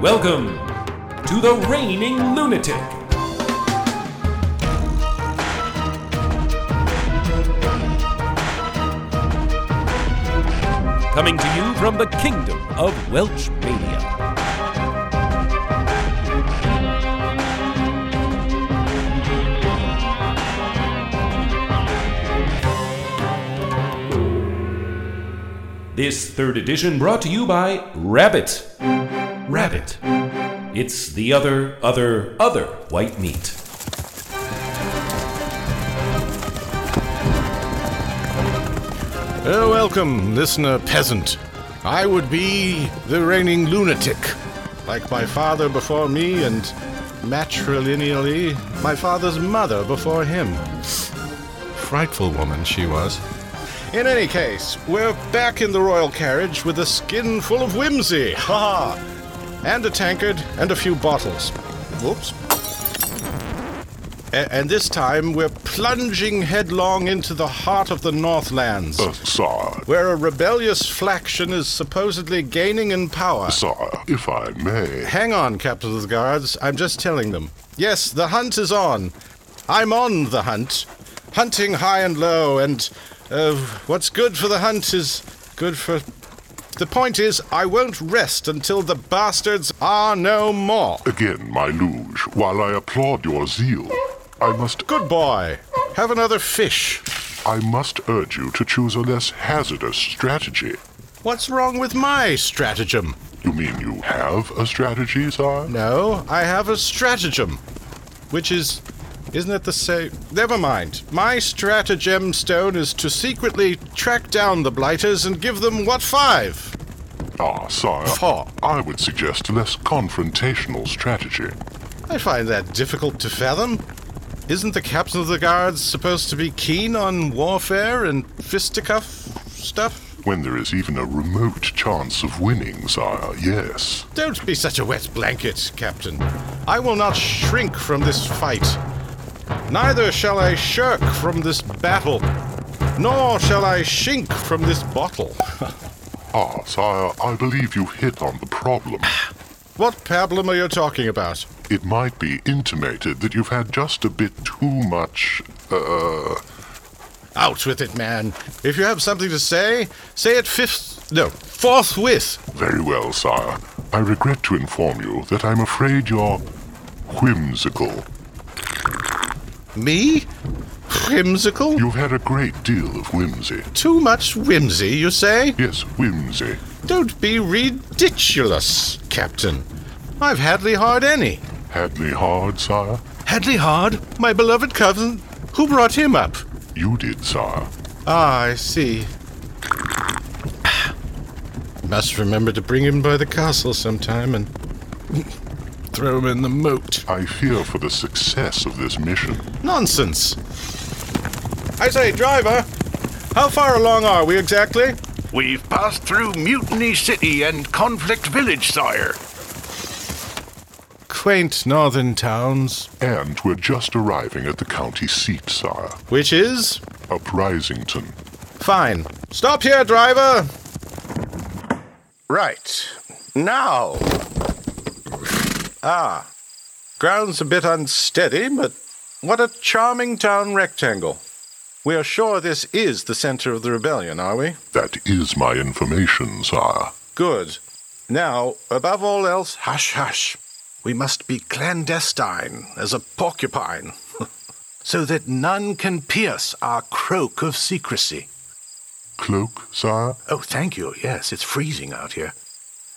Welcome to the Reigning Lunatic. Coming to you from the kingdom of Welchmania. This third edition brought to you by Rabbit. Rabbit. It's the other, other, other white meat. Uh, welcome, listener peasant. I would be the reigning lunatic, like my father before me, and matrilineally, my father's mother before him. Frightful woman she was. In any case, we're back in the royal carriage with a skin full of whimsy. Ha ha! And a tankard and a few bottles. Whoops. A- and this time, we're plunging headlong into the heart of the Northlands. Uh, sir, where a rebellious faction is supposedly gaining in power. sir, if I may. Hang on, Captain of the Guards. I'm just telling them. Yes, the hunt is on. I'm on the hunt. Hunting high and low, and uh, what's good for the hunt is good for. The point is, I won't rest until the bastards are no more. Again, my luge, while I applaud your zeal, I must Good boy. Have another fish. I must urge you to choose a less hazardous strategy. What's wrong with my stratagem? You mean you have a strategy, sir? No, I have a stratagem. Which is. Isn't it the same? Never mind. My stratagem stone is to secretly track down the blighters and give them what five? Ah, sire. Four. I would suggest a less confrontational strategy. I find that difficult to fathom. Isn't the captain of the guards supposed to be keen on warfare and fisticuff stuff? When there is even a remote chance of winning, sire, yes. Don't be such a wet blanket, Captain. I will not shrink from this fight. Neither shall I shirk from this battle, nor shall I shink from this bottle. Ah, sire, I believe you've hit on the problem. What pablum are you talking about? It might be intimated that you've had just a bit too much, uh, Out with it, man. If you have something to say, say it fifth. No, forthwith. Very well, sire. I regret to inform you that I'm afraid you're whimsical. Me? Whimsical? You've had a great deal of whimsy. Too much whimsy, you say? Yes, whimsy. Don't be ridiculous, Captain. I've Hadley Hard any. Hadley Hard, sire? Hadley Hard, my beloved cousin. Who brought him up? You did, sire. Ah, I see. Must remember to bring him by the castle sometime and throw him in the moat. I fear for the success of this mission. Nonsense! I say, driver, how far along are we exactly? We've passed through Mutiny City and Conflict Village, sire. Quaint northern towns. And we're just arriving at the county seat, sire. Which is? Uprisington. Fine. Stop here, driver! Right. Now! Ah. Ground's a bit unsteady, but what a charming town rectangle. We are sure this is the center of the rebellion, are we? That is my information, sire. Good. Now, above all else, hush, hush. We must be clandestine as a porcupine, so that none can pierce our croak of secrecy. Cloak, sire? Oh, thank you. Yes, it's freezing out here.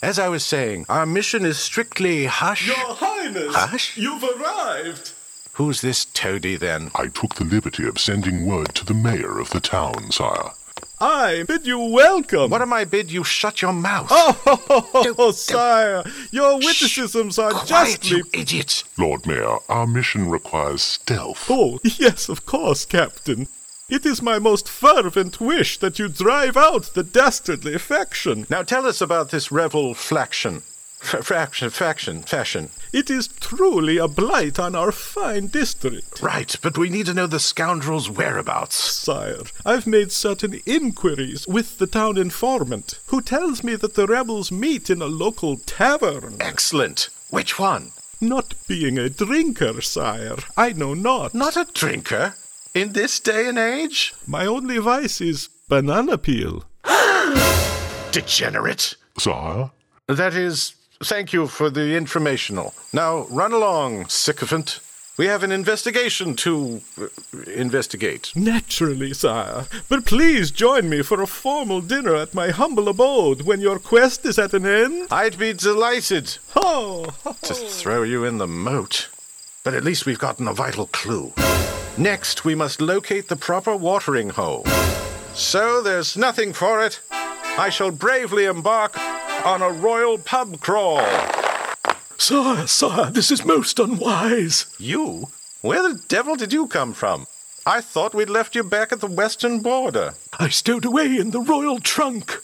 As I was saying, our mission is strictly hush. Highness, Hush. you've arrived. Who's this toady then? I took the liberty of sending word to the mayor of the town, sire. I bid you welcome. What am I bid you shut your mouth? Oh, Don't- don't- sire, your witticisms are Quiet, justly. you idiot. Lord Mayor, our mission requires stealth. Oh, yes, of course, Captain. It is my most fervent wish that you drive out the dastardly faction. Now tell us about this rebel faction. F- Fraction, faction, fashion. It is truly a blight on our fine district. Right, but we need to know the scoundrel's whereabouts. Sire, I've made certain inquiries with the town informant, who tells me that the rebels meet in a local tavern. Excellent. Which one? Not being a drinker, sire, I know not. Not a drinker? In this day and age? My only vice is banana peel. Degenerate. Sire? That is, thank you for the informational. Now run along, sycophant. We have an investigation to uh, investigate. Naturally, sire. But please join me for a formal dinner at my humble abode when your quest is at an end. I'd be delighted Ho! to throw you in the moat. But at least we've gotten a vital clue. Next, we must locate the proper watering hole. So there's nothing for it. I shall bravely embark on a royal pub crawl. Ah, Sire, sire, this is most unwise. You? Where the devil did you come from? I thought we'd left you back at the western border. I stowed away in the royal trunk.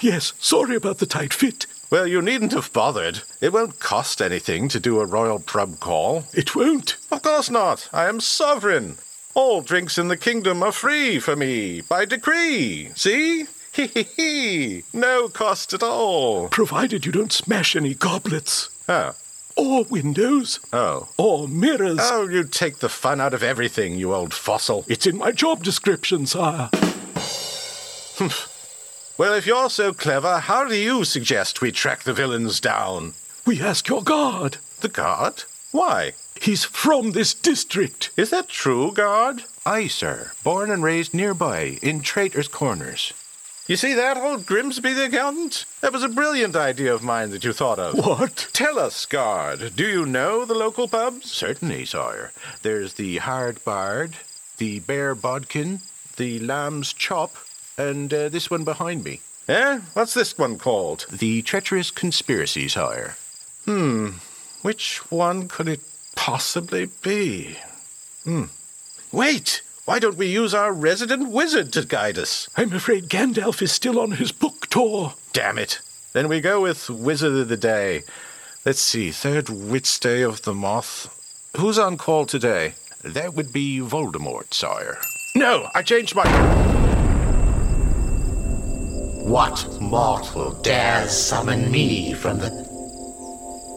Yes, sorry about the tight fit. Well, you needn't have bothered. It won't cost anything to do a royal pub call. It won't. Of course not. I am sovereign. All drinks in the kingdom are free for me by decree. See? Hee hee hee. No cost at all. Provided you don't smash any goblets. Oh, Or windows. oh. Or mirrors. Oh, you take the fun out of everything, you old fossil. It's in my job description, sire. Well, if you're so clever, how do you suggest we track the villains down? We ask your guard. The guard? Why? He's from this district. Is that true, guard? Aye, sir. Born and raised nearby, in Traitor's Corners. You see that, old Grimsby the accountant? That was a brilliant idea of mine that you thought of. What? Tell us, guard, do you know the local pubs? Certainly, sire. There's the Hard Bard, the Bear Bodkin, the Lamb's Chop, and uh, this one behind me. Eh? What's this one called? The Treacherous Conspiracy, sire. Hmm. Which one could it possibly be? Hmm. Wait! Why don't we use our resident wizard to guide us? I'm afraid Gandalf is still on his book tour. Damn it! Then we go with Wizard of the Day. Let's see, third Witch Day of the Moth. Who's on call today? That would be Voldemort, sire. No, I changed my. What mortal dares summon me from the.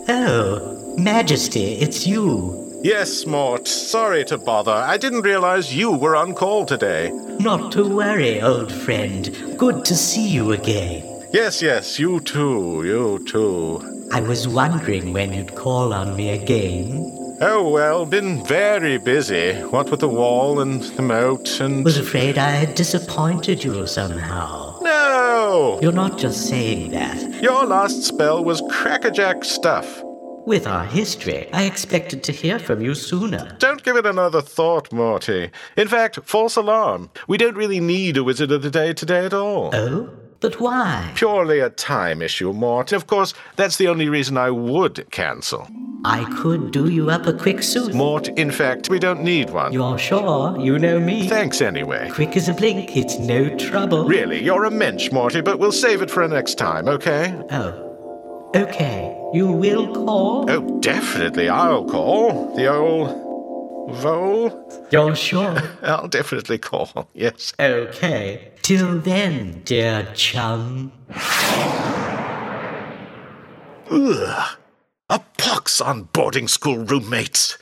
Oh, Majesty, it's you. Yes, Mort. Sorry to bother. I didn't realize you were on call today. Not to worry, old friend. Good to see you again. Yes, yes, you too, you too. I was wondering when you'd call on me again. Oh well, been very busy. What with the wall and the moat and. Was afraid I had disappointed you somehow. No! You're not just saying that. Your last spell was crackerjack stuff. With our history, I expected to hear from you sooner. Don't give it another thought, Morty. In fact, false alarm. We don't really need a Wizard of the Day today at all. Oh? But why? Purely a time issue, Mort. Of course, that's the only reason I would cancel. I could do you up a quick suit. Mort, in fact, we don't need one. You're sure you know me? Thanks anyway. Quick as a blink, it's no trouble. Really, you're a mensch, Morty, but we'll save it for a next time, okay? Oh. Okay. You will call? Oh, definitely, I'll call. The old. Vole? You're sure? I'll definitely call, yes. okay. Till then, dear chum. Ugh. A pox on boarding school roommates.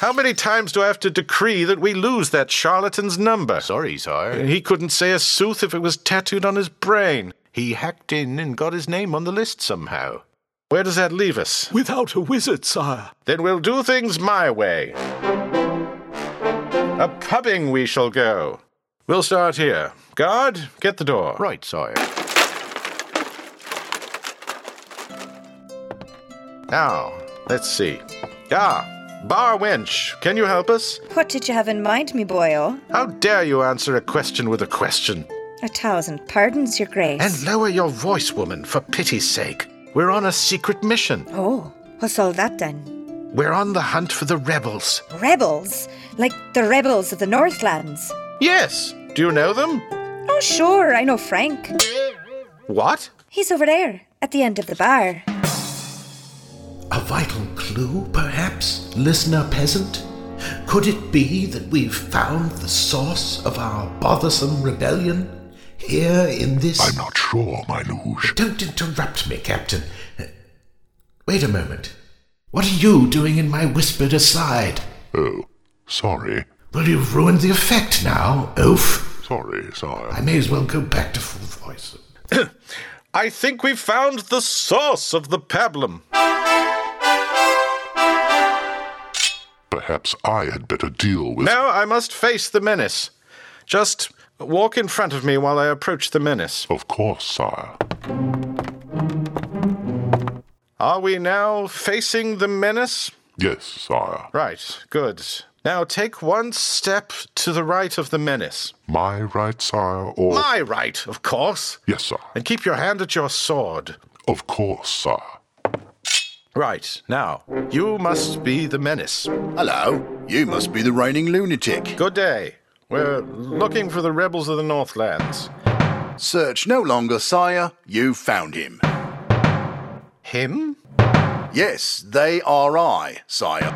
How many times do I have to decree that we lose that charlatan's number? Uh, Sorry, sire. He couldn't say a sooth if it was tattooed on his brain. He hacked in and got his name on the list somehow. Where does that leave us? Without a wizard, sire. Then we'll do things my way. A pubbing we shall go. We'll start here. Guard, get the door. Right, sire. Now, let's see. Ah, bar wench, can you help us? What did you have in mind, me boyo? How dare you answer a question with a question? A thousand pardons, your grace. And lower your voice, woman, for pity's sake. We're on a secret mission. oh, what's all that then? We're on the hunt for the rebels. Rebels? Like the rebels of the Northlands? Yes! Do you know them? Oh, sure, I know Frank. What? He's over there, at the end of the bar. A vital clue, perhaps, listener peasant? Could it be that we've found the source of our bothersome rebellion? Here in this. I'm not sure, my liege. Don't interrupt me, Captain. Uh, Wait a moment. What are you doing in my whispered aside? Oh, sorry. Well, you've ruined the effect now, oaf. Sorry, sire. I may as well go back to full voice. I think we've found the source of the problem. Perhaps I had better deal with. Now I must face the menace. Just walk in front of me while I approach the menace. Of course, sire. Are we now facing the menace? Yes, sire. Right, good. Now take one step to the right of the menace. My right, sire, or. My right, of course. Yes, sire. And keep your hand at your sword. Of course, sire. Right, now, you must be the menace. Hello, you must be the reigning lunatic. Good day. We're looking for the rebels of the Northlands. Search no longer, sire. You found him. Him? Yes, they are I, sire.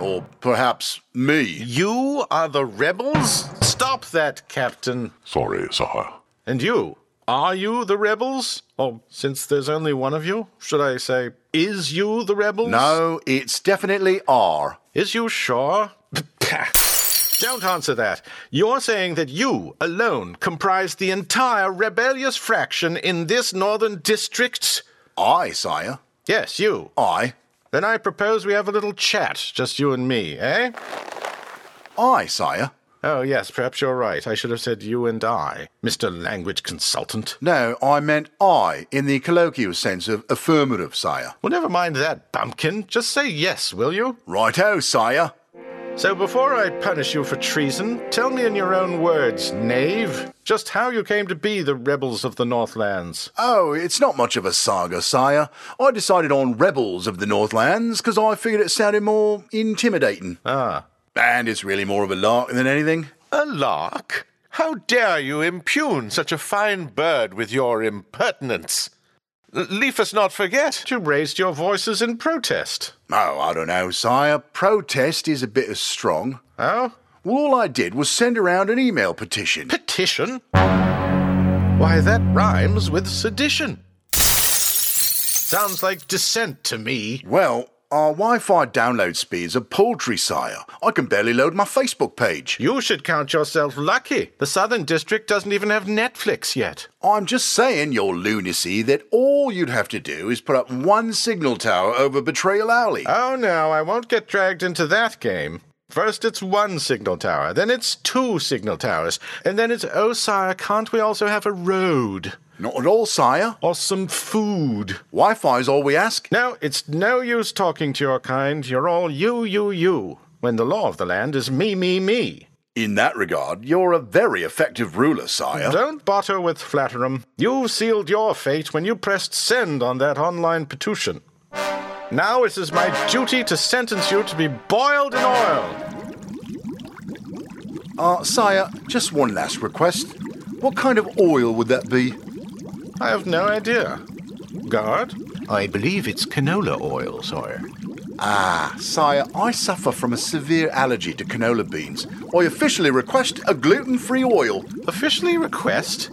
Or perhaps me. You are the rebels? Stop that, Captain. Sorry, sire. And you? Are you the rebels? Or since there's only one of you, should I say, is you the rebels? No, it's definitely R. Is you sure? Don't answer that. You're saying that you alone comprise the entire rebellious fraction in this northern district? I, sire. Yes, you. I. Then I propose we have a little chat, just you and me, eh? I, sire. Oh, yes, perhaps you're right. I should have said you and I, Mr. Language Consultant. No, I meant I in the colloquial sense of affirmative, sire. Well, never mind that, bumpkin. Just say yes, will you? Righto, sire. So before I punish you for treason, tell me in your own words, knave, just how you came to be the rebels of the Northlands. Oh, it's not much of a saga, sire. I decided on Rebels of the Northlands because I figured it sounded more intimidating. Ah. And it's really more of a lark than anything. A lark? How dare you impugn such a fine bird with your impertinence? L- Leave us not forget. You raised your voices in protest. Oh, I don't know, sire. Protest is a bit as strong. Oh? Well, all I did was send around an email petition. Petition? Why, that rhymes with sedition. Sounds like dissent to me. Well, our Wi Fi download speeds are paltry, sire. I can barely load my Facebook page. You should count yourself lucky. The Southern District doesn't even have Netflix yet. I'm just saying, your lunacy, that all you'd have to do is put up one signal tower over Betrayal Alley. Oh no, I won't get dragged into that game. First, it's one signal tower, then it's two signal towers, and then it's, oh, sire, can't we also have a road? Not at all, sire. Or some food? Wi Fi is all we ask. No, it's no use talking to your kind. You're all you, you, you, when the law of the land is me, me, me. In that regard, you're a very effective ruler, sire. Don't bother with flatterum. You sealed your fate when you pressed send on that online petition. Now it is my duty to sentence you to be boiled in oil. Uh, sire, just one last request. What kind of oil would that be? I have no idea. Guard? I believe it's canola oil, sire. Ah, sire, I suffer from a severe allergy to canola beans. I officially request a gluten free oil. Officially request?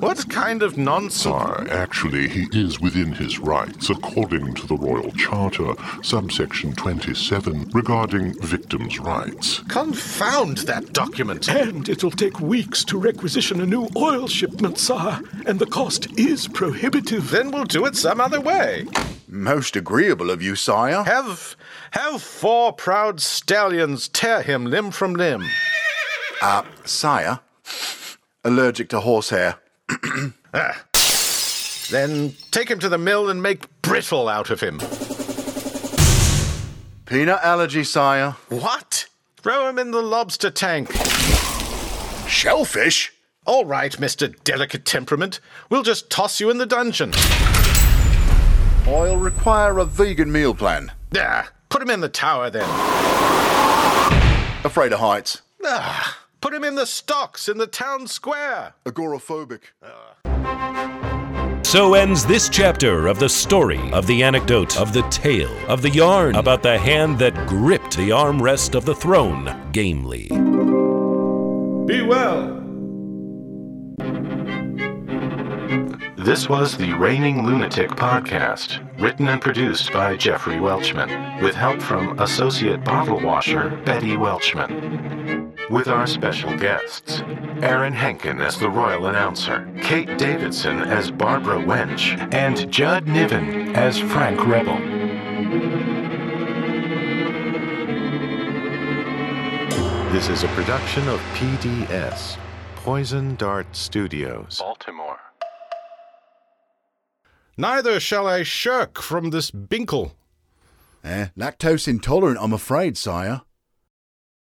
What kind of nonsense? Sire, Uh, actually, he is within his rights according to the Royal Charter, subsection 27, regarding victims' rights. Confound that document. And it'll take weeks to requisition a new oil shipment, sire, and the cost is prohibitive. Then we'll do it some other way. Most agreeable of you, sire. Have have four proud stallions tear him limb from limb. Sire, allergic to horsehair. Then take him to the mill and make brittle out of him. Peanut allergy, sire. What? Throw him in the lobster tank. Shellfish? All right, Mr. Delicate Temperament. We'll just toss you in the dungeon. I'll require a vegan meal plan. There. Put him in the tower then. Afraid of heights. Ah, put him in the stocks in the town square. Agoraphobic. So ends this chapter of the story, of the anecdote, of the tale, of the yarn about the hand that gripped the armrest of the throne gamely. Be well. This was the Reigning Lunatic Podcast, written and produced by Jeffrey Welchman, with help from associate bottle washer Betty Welchman. With our special guests Aaron Henkin as the royal announcer, Kate Davidson as Barbara Wench, and Judd Niven as Frank Rebel. This is a production of PDS, Poison Dart Studios, Baltimore. Neither shall I shirk from this binkle. Eh, lactose intolerant, I'm afraid, sire.